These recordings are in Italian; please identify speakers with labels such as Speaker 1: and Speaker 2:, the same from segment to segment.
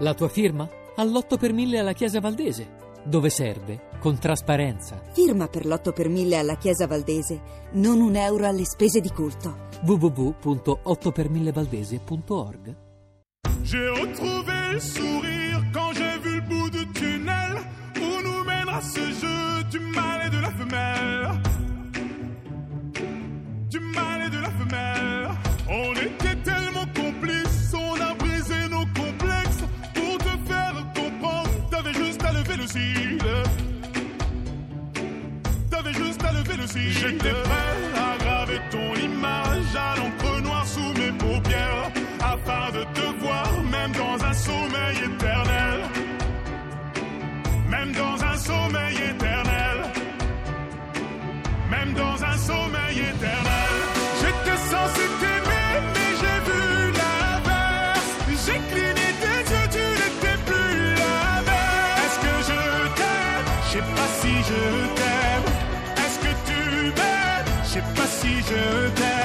Speaker 1: La tua firma? All'8 per 1000 alla Chiesa Valdese, dove serve con trasparenza.
Speaker 2: Firma per l'8 per 1000 alla Chiesa Valdese, non un euro alle spese di culto.
Speaker 1: www.8per1000valdese.org
Speaker 3: J'ai retrouvé le sourire quand j'ai vu le bout du tunnel où nous mènera ce jeu du mâle et de la femelle. Du mâle et de la femelle. On était tellement complices, on a brisé nos complexes pour te faire comprendre. T'avais juste à lever le cil. T'avais juste à lever le cil. J'étais prêt à graver ton image à l'encre noire sous mes paupières afin de te voir même dans un sommeil éternel. Même dans un sommeil éternel. Même dans un sommeil éternel. J'étais censé t'aimer, mais j'ai vu l'inverse. J'ai cligné tes yeux, tu n'étais plus la même. Est-ce que je t'aime Je sais pas si je t'aime. Est-ce que tu m'aimes Je sais pas si je t'aime.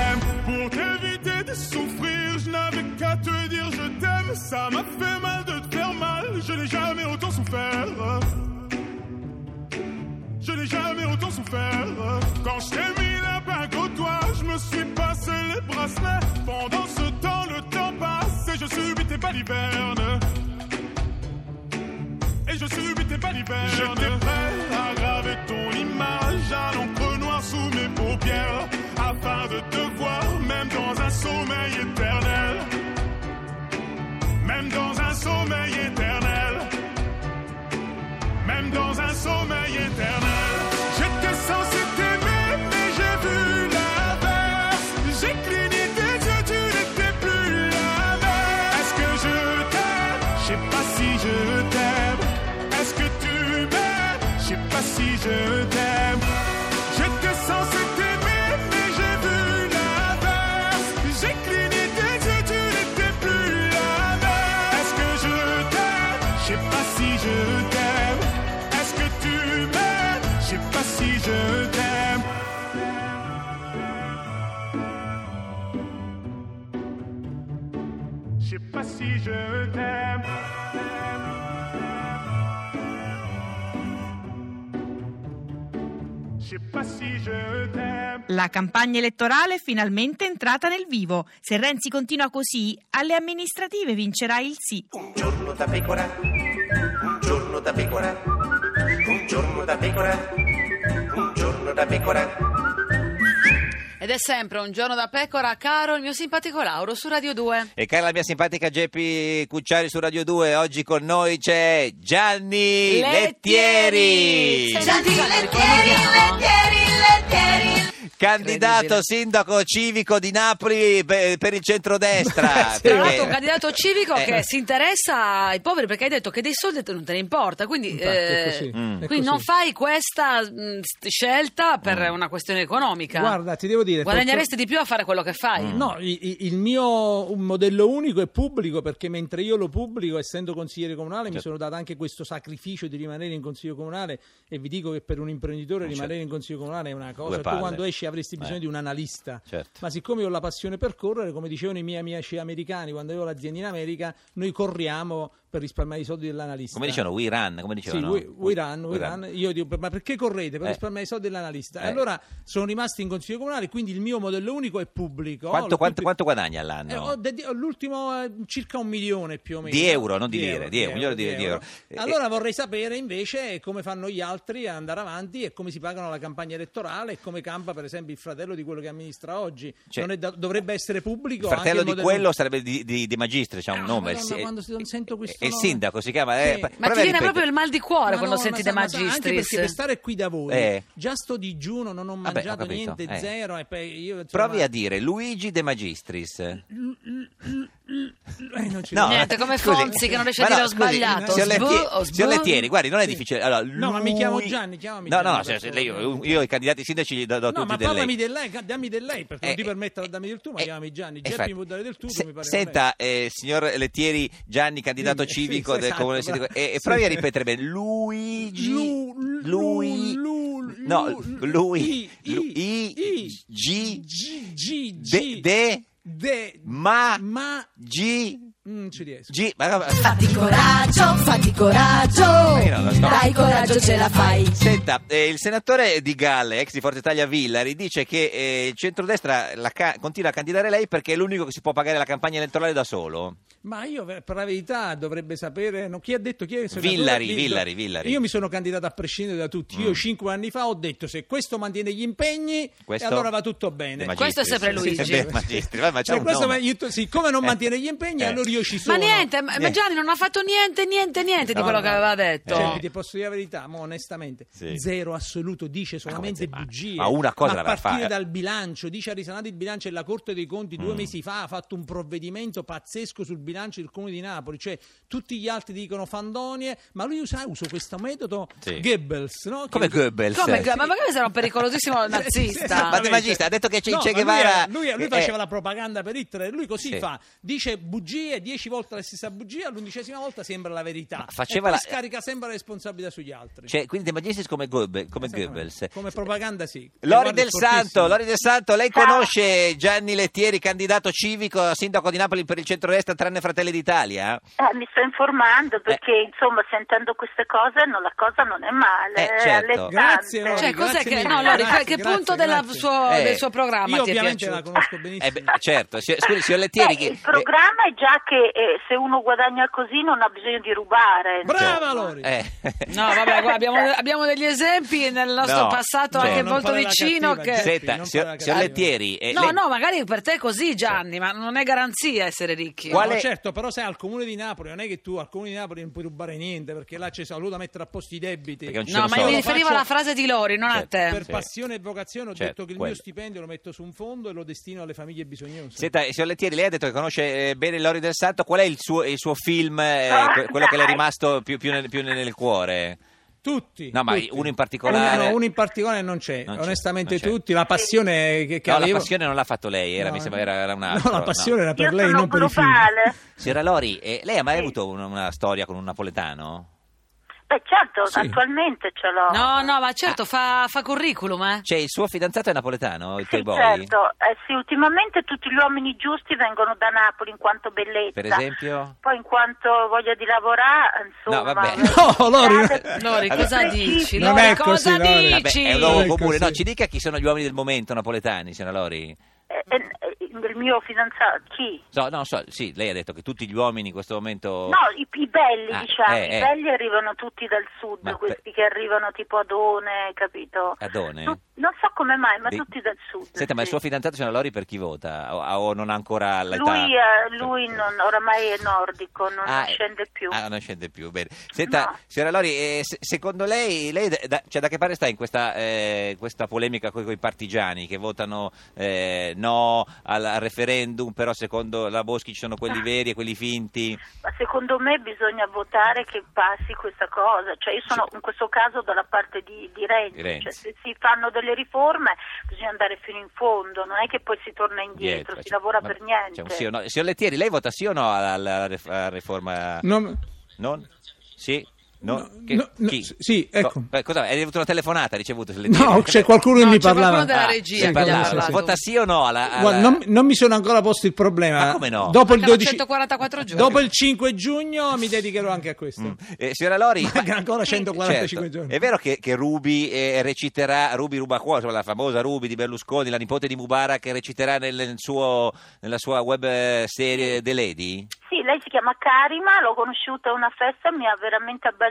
Speaker 3: Pour t'éviter de souffrir, je n'avais qu'à te dire je t'aime. Ça m'a fait mal de te faire mal. Je n'ai jamais autant souffert. Je n'ai jamais autant souffert. Quand je t'ai mis la bague au doigt, je me suis passé les bracelets. Pendant ce temps, le temps passe et je subis tes balivernes. Et je subis tes balivernes. J'étais prêt à graver ton image à l'encre noire sous mes paupières. Afin de te voir, même dans un sommeil éternel. Même dans un sommeil éternel même dans un sommeil éternel. J'étais censé t'aimer, mais j'ai vu l'inverse. J'ai cligné tes yeux, tu n'étais plus la même. Est-ce que je t'aime Je sais pas si je t'aime. Est-ce que tu m'aimes Je sais pas si je t'aime. J'étais censé t'aimer, mais j'ai vu l'inverse. J'ai cligné tes yeux, tu n'étais plus la même. Est-ce que je t'aime Je sais pas si je t'aime. Est-ce que tu m'aimes Je sais pas si je t'aime. Je sais pas si je t'aime. Je sais pas si je t'aime.
Speaker 4: La campagna elettorale è finalmente entrata nel vivo. Se Renzi continua così, alle amministrative vincerà il sì.
Speaker 5: Un giorno da pecora, un giorno da pecora, un giorno da pecora, un giorno da pecora.
Speaker 3: Eh
Speaker 6: Ed è sempre un giorno da pecora, caro il mio simpatico Lauro su Radio 2.
Speaker 7: E cara la mia simpatica Geppi Cucciari su Radio 2, oggi con noi c'è Gianni Lettieri,
Speaker 6: Sei
Speaker 8: Gianni
Speaker 6: simpatico,
Speaker 8: Lettieri,
Speaker 6: ricordiamo.
Speaker 8: Lettieri, Lettieri.
Speaker 7: candidato
Speaker 6: Incredibile.
Speaker 7: sindaco civico di Napoli per, per il centrodestra.
Speaker 6: Tra l'altro
Speaker 7: perché-
Speaker 6: un candidato civico
Speaker 7: Eh.
Speaker 6: che si interessa ai poveri perché hai detto che dei soldi te- non te ne importa, quindi,
Speaker 9: Infatti, è così,
Speaker 7: mm.
Speaker 9: è
Speaker 6: quindi
Speaker 9: così.
Speaker 6: non fai questa mh, st- scelta per una questione economica.
Speaker 9: Guarda, ti devo dire.
Speaker 6: Guadagneresti di più a fare quello che fai.
Speaker 9: faccio- No, i- i- il mio un modello unico è pubblico perché mentre io lo pubblico, essendo consigliere comunale,
Speaker 7: Certo.
Speaker 9: mi sono dato anche questo sacrificio di rimanere in consiglio comunale e vi dico che per un imprenditore
Speaker 7: Certo.
Speaker 9: rimanere in consiglio comunale è una
Speaker 7: Due
Speaker 9: cosa. Tu
Speaker 7: palle.
Speaker 9: quando esci avresti bisogno
Speaker 7: Eh.
Speaker 9: di un analista.
Speaker 7: Certo.
Speaker 9: Ma siccome io ho la passione per correre, come dicevano i miei amici americani, quando avevo l'azienda in America, noi corriamo per risparmiare i soldi dell'analista.
Speaker 7: Come dicevano, we run, come
Speaker 9: Sì,
Speaker 7: dicevano?
Speaker 9: we, we run,
Speaker 7: We
Speaker 9: we run. Io dico, ma perché correte? Per
Speaker 7: Eh.
Speaker 9: risparmiare i soldi dell'analista. E
Speaker 7: Eh.
Speaker 9: Allora sono rimasti in consiglio comunale, quindi il mio modello unico è pubblico.
Speaker 7: Quanto,
Speaker 9: Ho-
Speaker 7: quanto-
Speaker 9: tutti-
Speaker 7: quanto guadagni
Speaker 9: Eh, ho
Speaker 7: all'anno?
Speaker 9: dedi- ho l'ultimo eh, circa un milione più o meno.
Speaker 7: Di euro, non di lire, di euro, migliore di- di euro. Eh,
Speaker 9: Allora vorrei sapere invece come fanno gli altri a andare avanti e come si pagano la campagna elettorale e come campa per esempio il fratello di quello che amministra oggi.
Speaker 7: Cioè,
Speaker 9: Non è da- dovrebbe essere
Speaker 7: Il
Speaker 9: pubblico. anche
Speaker 7: fratello
Speaker 9: il
Speaker 7: di
Speaker 9: modello-
Speaker 7: quello sarebbe di, di, di Magistri, c'ha un
Speaker 9: Ah,
Speaker 7: nome.
Speaker 9: Madonna,
Speaker 7: si-
Speaker 9: quando si- sento questo
Speaker 7: è il
Speaker 9: nome.
Speaker 7: sindaco, si chiama.
Speaker 9: Sì.
Speaker 7: eh,
Speaker 9: Ma
Speaker 6: Ma
Speaker 7: pr- prova
Speaker 6: ti
Speaker 7: a
Speaker 6: viene
Speaker 7: ripetere.
Speaker 6: proprio il mal di cuore
Speaker 9: Ma
Speaker 6: quando
Speaker 9: no,
Speaker 6: senti
Speaker 9: ma
Speaker 6: De
Speaker 9: sa- ma sa- Anche
Speaker 6: Magistris.
Speaker 9: perché per stare qui da voi,
Speaker 7: Eh.
Speaker 9: già sto digiuno, non ho
Speaker 7: ho
Speaker 9: mangiato
Speaker 7: capito,
Speaker 9: niente,
Speaker 7: eh.
Speaker 9: zero. E poi io, insomma,
Speaker 7: Provi a dire Luigi De Magistris.
Speaker 9: eh, non ci
Speaker 7: No,
Speaker 9: riesco.
Speaker 6: Niente, come
Speaker 7: scusi.
Speaker 6: Fonzi che non riesce a
Speaker 7: Ma
Speaker 6: dire
Speaker 7: no,
Speaker 6: ho
Speaker 7: scusi,
Speaker 6: sbagliato.
Speaker 7: Signor
Speaker 6: Sbu-
Speaker 7: Lettieri,
Speaker 6: ho
Speaker 7: signor
Speaker 6: sbu-
Speaker 7: Lettieri, guardi, non è difficile. Allora,
Speaker 9: No, ma mi
Speaker 7: lui-
Speaker 9: chiamo Gianni, chiamami
Speaker 7: No, no,
Speaker 9: Gianni,
Speaker 7: no, se-
Speaker 9: per
Speaker 7: se lei- io,
Speaker 9: favore.
Speaker 7: i candidati sindaci li do, do
Speaker 9: No,
Speaker 7: tutti
Speaker 9: ma
Speaker 7: del
Speaker 9: parlami
Speaker 7: lei.
Speaker 9: del lei, ca- dammi del lei, perché
Speaker 7: Eh,
Speaker 9: non ti permetterà
Speaker 7: eh,
Speaker 9: di dammi del tu, ma
Speaker 7: eh,
Speaker 9: chiamami Gianni.
Speaker 7: eh,
Speaker 9: Geppi
Speaker 7: infatti.
Speaker 9: mi può dare del tu,
Speaker 7: Se-
Speaker 9: mi pare
Speaker 7: Senta, eh, signor Lettieri Gianni, candidato
Speaker 9: Dimmi, sì,
Speaker 7: civico
Speaker 9: sì,
Speaker 7: del
Speaker 9: esatto,
Speaker 7: comune
Speaker 9: bravo.
Speaker 7: sindaco, e, e
Speaker 9: Sì.
Speaker 7: provi a ripetere bene Luigi
Speaker 9: Lu- lu-
Speaker 7: lui
Speaker 9: lu-
Speaker 7: no,
Speaker 9: lu-
Speaker 7: lui
Speaker 9: i-
Speaker 7: lu-
Speaker 9: i-
Speaker 7: i-
Speaker 9: i-
Speaker 7: G
Speaker 9: G, G,
Speaker 7: de,
Speaker 9: G,
Speaker 7: de-
Speaker 9: de-
Speaker 7: ma
Speaker 9: ma,
Speaker 7: G
Speaker 9: Mm, ci riesco.
Speaker 7: G- ma-
Speaker 8: Fatti coraggio, fatti coraggio.
Speaker 7: Ma io non lo so.
Speaker 8: Dai coraggio, ce la fai.
Speaker 7: Senta, eh, il senatore di Galle, ex di Forza Italia Villari, dice che eh, il centrodestra la ca- continua a candidare lei perché è l'unico che si può pagare la campagna elettorale da solo.
Speaker 9: Ma io per per la verità dovrebbe sapere no, chi ha detto chi è il senatore?
Speaker 7: Villari,
Speaker 9: Dillo.
Speaker 7: Villari, Villari. Mm.
Speaker 9: Io mi sono candidato a prescindere da tutti. Io cinque anni fa ho detto se questo mantiene gli impegni
Speaker 7: Questo-
Speaker 9: e allora va tutto bene.
Speaker 7: De Magistris.
Speaker 6: Questo è sempre
Speaker 7: Sì,
Speaker 6: Luigi.
Speaker 7: De Magistris, ma- ma c'è
Speaker 9: E
Speaker 7: un
Speaker 9: questo
Speaker 7: nome.
Speaker 9: ma io to- siccome non
Speaker 7: Eh.
Speaker 9: mantiene gli impegni,
Speaker 7: Eh.
Speaker 9: allora io ci
Speaker 6: Ma
Speaker 9: sono.
Speaker 6: niente, ma ma
Speaker 7: Niente.
Speaker 6: Gianni non ha fatto niente, niente, niente di
Speaker 7: No,
Speaker 6: quello
Speaker 7: no,
Speaker 6: che
Speaker 7: no.
Speaker 6: aveva detto.
Speaker 7: Eh.
Speaker 9: Cioè, ti posso dire la verità, ma onestamente,
Speaker 7: Sì. Ah,
Speaker 9: zero assoluto, dice solamente
Speaker 7: come zero?
Speaker 9: bugie.
Speaker 7: Ma una cosa
Speaker 9: a
Speaker 7: l'aveva
Speaker 9: partire
Speaker 7: fatta.
Speaker 9: dal bilancio, dice ha risanato il bilancio e la Corte dei Conti
Speaker 7: Mm.
Speaker 9: due mesi fa ha fatto un provvedimento pazzesco sul bilancio del Comune di Napoli. Cioè, tutti gli altri dicono fandonie, ma lui usa usa questo metodo
Speaker 7: Sì.
Speaker 9: Goebbels, no? Che-
Speaker 7: Come Goebbels.
Speaker 6: Come, ma perché sarà un pericolosissimo nazista?
Speaker 7: Ma De Magistris ha detto che Che
Speaker 9: No, ma lui
Speaker 7: Guevara-
Speaker 9: era- Lui, lui
Speaker 7: eh,
Speaker 9: faceva
Speaker 7: eh.
Speaker 9: la propaganda per Hitler, lui così
Speaker 7: Sì.
Speaker 9: fa, dice bugie, dieci volte la stessa bugia, all'undicesima volta sembra la verità.
Speaker 7: Ma faceva
Speaker 9: e poi
Speaker 7: la-
Speaker 9: scarica sempre la responsabilità sugli altri.
Speaker 7: Cioè, quindi De Magistris come, Goebe- come Goebbels.
Speaker 9: Esatto. Come propaganda sì.
Speaker 7: Lori
Speaker 9: Guarda,
Speaker 7: del
Speaker 9: è fortissimo.
Speaker 7: Santo, Lori del Santo, lei
Speaker 6: Ah.
Speaker 7: conosce Gianni Lettieri, candidato civico a sindaco di Napoli per il centrodestra, tranne Fratelli d'Italia?
Speaker 10: Eh, mi sto
Speaker 7: Eh.
Speaker 10: informando perché, insomma, sentendo queste cose, no, la cosa non è male.
Speaker 7: Eh,
Speaker 10: è
Speaker 7: certo.
Speaker 10: allettante.
Speaker 9: Grazie, Lori.
Speaker 6: Cioè, cos'è
Speaker 9: grazie
Speaker 6: che.
Speaker 9: mille,
Speaker 6: No, Lori,
Speaker 9: grazie,
Speaker 6: che
Speaker 9: grazie,
Speaker 6: punto della
Speaker 9: grazie.
Speaker 6: suo-
Speaker 7: Eh,
Speaker 6: del suo programma
Speaker 9: Io
Speaker 6: ti è
Speaker 9: ovviamente
Speaker 6: piaciuto?
Speaker 9: la conosco benissimo.
Speaker 7: Eh, beh, certo, si- scusi, signor Lettieri.
Speaker 10: Eh,
Speaker 7: che-
Speaker 10: il programma è già che eh, se uno guadagna così non ha bisogno di rubare.
Speaker 9: Brava
Speaker 10: insomma.
Speaker 9: Lori.
Speaker 7: eh, eh.
Speaker 6: No, vabbè, guarda, abbiamo, abbiamo degli esempi nel nostro
Speaker 7: No, cioè,
Speaker 6: passato
Speaker 7: no,
Speaker 6: anche
Speaker 7: non
Speaker 6: molto
Speaker 9: fare la
Speaker 6: vicino.
Speaker 9: cattiva,
Speaker 6: che-
Speaker 9: Giuseppe.
Speaker 7: Senta,
Speaker 9: non
Speaker 7: signor,
Speaker 9: parla
Speaker 7: signor
Speaker 9: cattivo.
Speaker 7: Lettieri, eh,
Speaker 6: No,
Speaker 7: lei-
Speaker 6: no, magari per te è così, Gianni, ma non è garanzia essere ricchi.
Speaker 7: Qual-
Speaker 9: No,
Speaker 7: è-
Speaker 9: certo, però sei al comune di Napoli, non è che tu al comune di Napoli non puoi rubare niente perché là c'è saluto a mettere a posto i debiti.
Speaker 7: Perché non ci
Speaker 6: No,
Speaker 7: sono
Speaker 6: ma io mi
Speaker 7: soldi.
Speaker 6: riferivo alla frase di Lori, non a
Speaker 7: Certo.
Speaker 6: te.
Speaker 9: per
Speaker 7: Sì.
Speaker 9: passione e vocazione ho
Speaker 7: Certo,
Speaker 9: detto che il
Speaker 7: quello.
Speaker 9: mio stipendio lo metto su un fondo e lo destino alle famiglie bisognose.
Speaker 7: Senta, eh, signor Lettieri, lei ha detto che conosce eh, bene Lori del Santo, qual è il suo, il suo film, eh,
Speaker 10: Ah,
Speaker 7: que- quello che le è
Speaker 10: dai.
Speaker 7: rimasto più, più nel, più nel cuore?
Speaker 9: Tutti.
Speaker 7: No, ma
Speaker 9: tutti.
Speaker 7: uno in particolare.
Speaker 9: Uno, no, uno in particolare non c'è.
Speaker 7: Non c'è,
Speaker 9: Onestamente
Speaker 7: non c'è.
Speaker 9: tutti. La passione che, che
Speaker 7: no,
Speaker 9: avevo...
Speaker 7: la passione non l'ha fatto lei, era,
Speaker 9: No,
Speaker 7: mi sembra era, era un altro.
Speaker 9: No, la passione era per
Speaker 10: Io
Speaker 9: lei,
Speaker 10: sono
Speaker 9: non per i film.
Speaker 10: globale.
Speaker 7: Signora Lori, eh, lei ha mai avuto una, una storia con un napoletano?
Speaker 10: Beh, certo,
Speaker 9: Sì.
Speaker 10: attualmente ce l'ho.
Speaker 6: No, no, ma
Speaker 7: Ah.
Speaker 6: certo, fa, fa curriculum, eh.
Speaker 7: Cioè, il suo fidanzato è napoletano, il toy
Speaker 10: Sì,
Speaker 7: boy?
Speaker 10: certo. Eh, sì, ultimamente tutti gli uomini giusti vengono da Napoli in quanto bellezza.
Speaker 7: Per esempio?
Speaker 10: Poi in quanto voglia di lavorare, insomma... eh,
Speaker 7: No, vabbè.
Speaker 9: No, Lori,
Speaker 10: Scusate,
Speaker 6: Lori,
Speaker 7: Allora-
Speaker 6: cosa dici?
Speaker 9: Non
Speaker 6: Lori,
Speaker 9: è così,
Speaker 6: cosa
Speaker 9: Lori.
Speaker 7: Certo. Vabbè,
Speaker 6: dici?
Speaker 7: è un uomo
Speaker 9: Ecco,
Speaker 7: comune.
Speaker 9: sì.
Speaker 7: No, ci dica chi sono gli uomini del momento napoletani, signora Lori.
Speaker 10: Eh, eh, eh, il mio fidanzato, chi?
Speaker 7: No, no, so, sì, lei ha detto che tutti gli uomini in questo momento...
Speaker 10: No, i, i belli,
Speaker 7: Oh. Ah,
Speaker 10: diciamo,
Speaker 7: eh, eh.
Speaker 10: i belli arrivano tutti dal sud,
Speaker 7: Ma
Speaker 10: questi che arrivano tipo Adone, capito?
Speaker 7: Adone?
Speaker 10: Tu- non so come mai, ma
Speaker 7: Di-
Speaker 10: tutti dal sud.
Speaker 7: Eh. Senta, ma il
Speaker 10: sì.
Speaker 7: suo fidanzato, signora Lori, per chi vota? O, o non ha ancora l'età?
Speaker 10: Lui, eh, lui non- oramai è nordico, non
Speaker 7: Ah, eh,
Speaker 10: scende più.
Speaker 7: Ah, non scende più, bene. Senta,
Speaker 10: No.
Speaker 7: signora Lori, eh, se- secondo lei, lei da, da- cioè, da che parte sta in questa, eh, questa polemica con i partigiani che votano eh, no al, al referendum, però secondo la Boschi ci sono
Speaker 10: Ah.
Speaker 7: quelli veri e quelli finti?
Speaker 10: Ma secondo me bisogna votare che passi questa cosa, cioè io sono in questo caso dalla parte di, di Renzi,
Speaker 7: Di Renzi.
Speaker 10: Cioè, se si fanno delle riforme bisogna andare fino in fondo, non è che poi si torna indietro, si
Speaker 7: cioè,
Speaker 10: lavora
Speaker 7: ma-
Speaker 10: per niente.
Speaker 7: cioè, un sì o no. Signor Lettieri, lei vota sì o no alla, alla ref- alla riforma?
Speaker 9: Non-
Speaker 7: Non? Sì? No?
Speaker 9: No, no, no,
Speaker 7: chi?
Speaker 9: sì, ecco.
Speaker 7: Co- beh, cosa, hai avuto una telefonata, hai ricevuto? signor Lettieri?
Speaker 9: No, c'è qualcuno che
Speaker 6: No,
Speaker 9: mi
Speaker 6: c'è qualcuno
Speaker 9: parlava.
Speaker 6: della
Speaker 7: Ah,
Speaker 6: regia
Speaker 7: si
Speaker 9: che
Speaker 7: parlava.
Speaker 9: parlava.
Speaker 6: tu.
Speaker 7: Vota sì o no alla... alla-
Speaker 9: Guarda, non, non mi sono ancora posto il problema.
Speaker 7: Ah, Ma come no?
Speaker 9: Dopo il,
Speaker 6: Mancano
Speaker 9: 12
Speaker 6: 144 giorni.
Speaker 9: dopo il 5 giugno mi dedicherò anche a questo.
Speaker 7: Eh, signora Lori...
Speaker 9: Manca ancora 145
Speaker 7: Certo.
Speaker 9: giorni.
Speaker 7: È vero che, che Rubi eh, reciterà, Rubi ruba cuore, insomma, la famosa Rubi di Berlusconi, la nipote di Mubarak, che reciterà nel, nel suo- nella sua web eh, serie The Lady?
Speaker 10: Sì, lei si chiama Karima, l'ho conosciuta a una festa, mi ha veramente abbagliato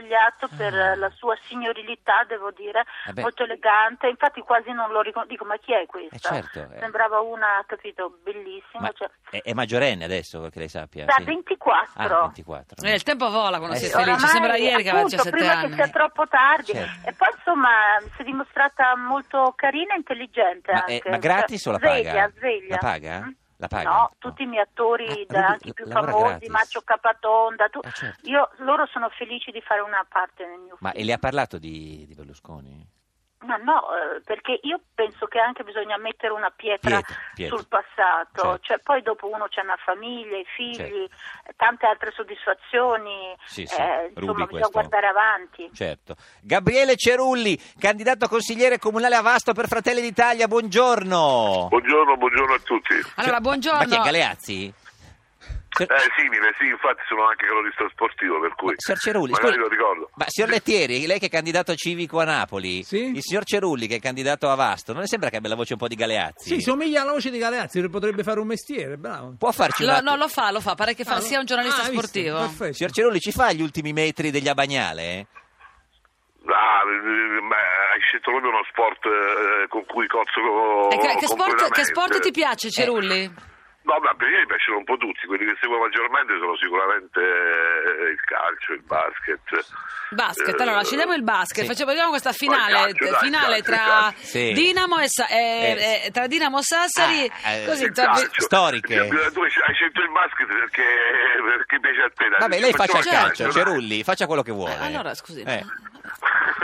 Speaker 10: per
Speaker 7: Ah.
Speaker 10: eh, la sua signorilità, devo dire,
Speaker 7: Vabbè.
Speaker 10: molto elegante, infatti quasi non lo riconosco, dico ma chi è
Speaker 7: Eh,
Speaker 10: questa?
Speaker 7: certo, eh.
Speaker 10: Sembrava una, capito, bellissima,
Speaker 7: Ma
Speaker 10: cioè,
Speaker 7: è, è maggiorenne adesso, perché lei sappia.
Speaker 10: da
Speaker 7: sì.
Speaker 10: 24.
Speaker 7: Ah, 24.
Speaker 6: Eh, il tempo vola quando
Speaker 7: Eh,
Speaker 6: si
Speaker 7: sì.
Speaker 6: è felici,
Speaker 10: Oramai,
Speaker 6: sembra ieri che aveva
Speaker 10: appunto,
Speaker 6: 17
Speaker 10: prima
Speaker 6: anni.
Speaker 10: che sia troppo tardi.
Speaker 7: Certo.
Speaker 10: E poi insomma si è dimostrata molto carina e intelligente
Speaker 7: Ma, eh,
Speaker 10: anche. cioè,
Speaker 7: ma gratis o la
Speaker 10: sveglia,
Speaker 7: paga?
Speaker 10: Sveglia,
Speaker 7: La paga?
Speaker 10: Mm?
Speaker 7: La paga?
Speaker 10: No,
Speaker 7: No.
Speaker 10: tutti i miei attori,
Speaker 7: Ah,
Speaker 10: da-
Speaker 7: Rubi
Speaker 10: anche i più
Speaker 7: lavora
Speaker 10: famosi,
Speaker 7: gratis.
Speaker 10: Macio Capatonda, tu-
Speaker 7: Ah, certo.
Speaker 10: io, loro sono felici di fare una parte nel mio
Speaker 7: Ma e
Speaker 10: film.
Speaker 7: le ha parlato di, di Berlusconi?
Speaker 10: Ma no, eh, perché io penso che anche bisogna mettere una pietra,
Speaker 7: Pietra, pietra.
Speaker 10: sul passato,
Speaker 7: Certo.
Speaker 10: cioè poi dopo uno c'è una famiglia, i figli,
Speaker 7: Certo.
Speaker 10: eh, tante altre soddisfazioni,
Speaker 7: Sì, sì,
Speaker 10: eh,
Speaker 7: Rubi
Speaker 10: insomma bisogna
Speaker 7: questo.
Speaker 10: guardare avanti.
Speaker 7: Certo. Gabriele Cerulli, candidato a consigliere comunale a Vasto per Fratelli d'Italia, buongiorno.
Speaker 11: Buongiorno, buongiorno a tutti.
Speaker 6: Allora,
Speaker 7: Ma chi è
Speaker 6: buongiorno.
Speaker 7: Galeazzi?
Speaker 3: Eh, simile, sì, infatti sono anche calorista sportivo, per cui
Speaker 7: Signor Cerulli,
Speaker 3: magari
Speaker 7: scusi-
Speaker 3: lo ricordo.
Speaker 7: ma signor Lettieri, lei che è candidato a civico a Napoli, il signor Cerulli che è candidato a Vasto, non le sembra che abbia la voce un po' di Galeazzi?
Speaker 9: Sì, somiglia alla voce di Galeazzi, potrebbe fare un mestiere, bravo.
Speaker 7: Può farci
Speaker 6: Lo,
Speaker 7: una...
Speaker 6: no, lo fa, lo fa, pare che fa- sia un giornalista
Speaker 9: ah, visto,
Speaker 6: sportivo.
Speaker 7: Signor Cerulli, ci fa gli ultimi metri degli Abagnale?
Speaker 3: Ah, eh, ma hai scelto proprio uno sport eh, con cui cozzo
Speaker 6: E
Speaker 3: Oh,
Speaker 6: che, che sport, che
Speaker 3: completamente.
Speaker 6: sport ti
Speaker 3: Eh.
Speaker 6: piace, Cerulli?
Speaker 3: No, ma per me piacciono un po' tutti, quelli che seguo maggiormente sono sicuramente eh, il calcio, il basket.
Speaker 6: Basket,
Speaker 3: Eh,
Speaker 6: allora scendiamo il basket,
Speaker 3: sì.
Speaker 6: facciamo vediamo
Speaker 3: Vai,
Speaker 6: questa finale,
Speaker 3: calcio, dai,
Speaker 6: finale
Speaker 3: calcio,
Speaker 6: tra,
Speaker 3: calcio. Sì.
Speaker 6: Dinamo e, Sa- eh,
Speaker 3: Eh.
Speaker 6: eh, tra Dinamo e Sassari.
Speaker 7: Ah, eh,
Speaker 6: così,
Speaker 3: il
Speaker 6: tra-
Speaker 3: calcio. Eh, Tu hai hai scelto il basket perché, perché piace a te. dai.
Speaker 7: Vabbè, lei faccia
Speaker 3: Facciamo
Speaker 7: il calcio,
Speaker 3: dai.
Speaker 7: Cerulli, faccia quello che vuole.
Speaker 6: Ah, allora, scusi,
Speaker 7: Eh.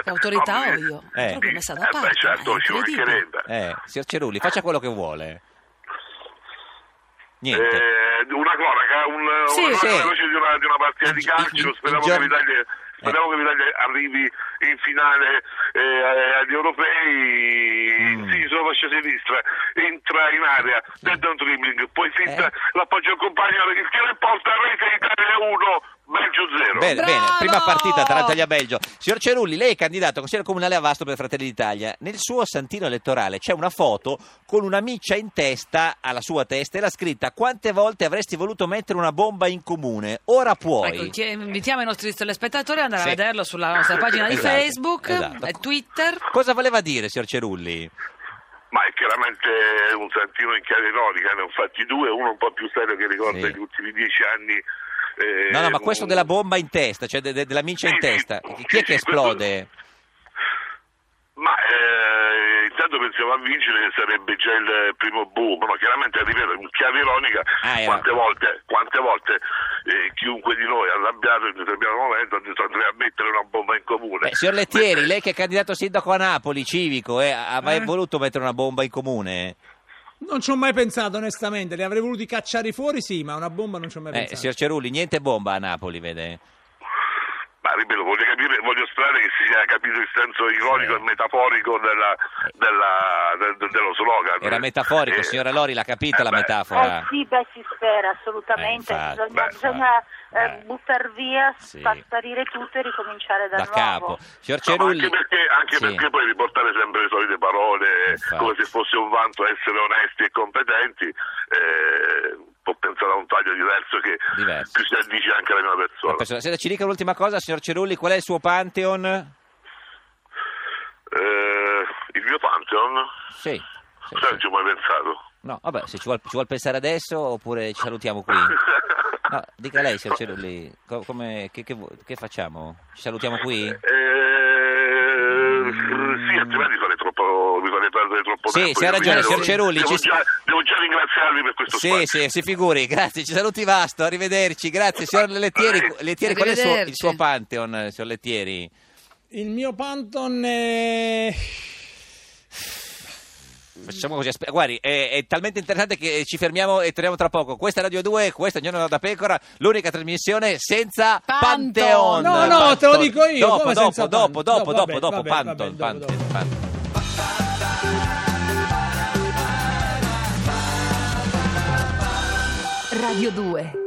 Speaker 6: che autorità ho io?
Speaker 7: Eh.
Speaker 6: Proprio messa da
Speaker 3: Eh,
Speaker 6: parte.
Speaker 3: beh, certo, ci mancherebbe.
Speaker 7: Eh, signor Cerulli, faccia quello che vuole. Niente.
Speaker 3: Eh, una cronaca, un,
Speaker 7: Sì,
Speaker 3: una
Speaker 7: sì.
Speaker 3: cronaca veloce Eh, di una, di una partita di calcio. Speriamo,
Speaker 7: giorno-
Speaker 3: che, l'Italia, speriamo che l'Italia arrivi in finale eh, agli europei. Sì, sulla fascia sinistra, entra in area, tenta un dribbling, poi
Speaker 7: Eh.
Speaker 3: finta Eh, l'appoggio al compagno, il tiro in porta, rete Italia 1, Belgio 0.
Speaker 7: Bene, bene, prima partita tra Italia e Belgio. Signor Cerulli, lei è candidato a consigliere comunale a Vasto per Fratelli d'Italia. Nel suo santino elettorale c'è una foto con una miccia in testa, alla sua testa, e la scritta Quante volte avresti voluto mettere una bomba in comune? Ora
Speaker 6: Ecco,
Speaker 7: puoi.
Speaker 6: chi- invitiamo i nostri telespettatori ad andare
Speaker 7: Sì.
Speaker 6: a vederlo sulla nostra pagina di
Speaker 7: Esatto,
Speaker 6: Facebook,
Speaker 7: esatto.
Speaker 6: eh, Twitter.
Speaker 7: Cosa voleva dire, signor Cerulli?
Speaker 3: Ma è chiaramente un santino in chiave ironica, ne ho fatti due, uno un po' più serio che ricorda gli ultimi dieci anni. eh,
Speaker 7: No, no, ma questo della bomba in testa, cioè de- de- della miccia in testa, chi è che esplode?
Speaker 3: Ma eh, intanto pensiamo a vincere che sarebbe già il primo boom, no, chiaramente ripeto, in chiave ironica
Speaker 7: Ah, era-
Speaker 3: quante volte, quante volte eh, chiunque di noi arrabbiato in un determinato momento ha detto andrei a mettere una bomba in comune.
Speaker 7: Beh, signor Lettieri, lei che è candidato sindaco a Napoli, civico, eh, ha mai voluto mettere una bomba in comune?
Speaker 9: Non ci ho mai pensato, onestamente. Li avrei voluti cacciare fuori, sì, ma una bomba non ci ho mai
Speaker 7: Eh,
Speaker 9: pensato.
Speaker 7: signor Cerulli, niente bomba a Napoli, vede?
Speaker 3: Ma ripeto, voglio, capire, voglio sperare che si sia capito il senso ironico e metaforico della- della- del- del- dello slogan.
Speaker 7: Era metaforico, signora Lori l'ha capita la
Speaker 10: Eh
Speaker 7: metafora.
Speaker 10: sì, beh, si spera assolutamente.
Speaker 7: Eh, infatti,
Speaker 10: bisogna
Speaker 7: beh,
Speaker 10: bisogna eh, buttar via,
Speaker 7: Sì.
Speaker 10: far sparire tutto e ricominciare da,
Speaker 7: Da
Speaker 10: nuovo.
Speaker 7: capo. Signor
Speaker 3: No, ma
Speaker 7: Cerulli,
Speaker 3: anche perché, anche
Speaker 7: Sì.
Speaker 3: perché poi riportare sempre le solite parole come se fosse un vanto essere onesti e competenti eh, può pensare a un taglio diverso che
Speaker 7: Diverso.
Speaker 3: più si addice anche alla mia persona.
Speaker 7: persona- senta, ci dica l'ultima cosa, signor Cerulli, qual è il suo pantheon?
Speaker 3: Eh, il mio Pantheon,
Speaker 7: Sì. sì,
Speaker 3: sai, non ci ho mai pensato.
Speaker 7: No, vabbè, se ci vuol, ci vuol pensare adesso oppure ci salutiamo qui. No, dica lei, signor Cerulli, co- come- che, che vu- che facciamo? Ci salutiamo qui?
Speaker 3: Eh, sì, altrimenti farei troppo, mi farei perdere troppo
Speaker 7: Sì,
Speaker 3: tempo.
Speaker 7: sì, ha ragione,
Speaker 3: Devo-
Speaker 7: signor Cerulli,
Speaker 3: Devo,
Speaker 7: ci-
Speaker 3: già, devo già ringraziarvi per questo
Speaker 7: Sì,
Speaker 3: spazio.
Speaker 7: sì, si figuri, grazie, ci saluti Vasto, arrivederci, grazie. Signor Lettieri, Lettieri, qual è il suo, il suo pantheon, eh, signor Lettieri?
Speaker 9: Il mio Panton è...
Speaker 7: Facciamo così, aspe- guardi, è, è talmente interessante che ci fermiamo e torniamo tra poco. Questa è Radio 2, questa è Giorno da Pecora, l'unica trasmissione senza Pantheon.
Speaker 9: No, no, te lo
Speaker 7: Pantheon.
Speaker 9: dico io,
Speaker 7: Dopo,
Speaker 9: come
Speaker 7: dopo,
Speaker 9: senza
Speaker 7: dopo,
Speaker 9: Pantheon?
Speaker 7: dopo,
Speaker 9: No,
Speaker 7: dopo, dopo,
Speaker 9: vabbè, vabbè,
Speaker 7: Pantheon,
Speaker 9: vabbè, dopo,
Speaker 7: Pantheon,
Speaker 9: dopo.
Speaker 7: Pantheon.
Speaker 12: Radio 2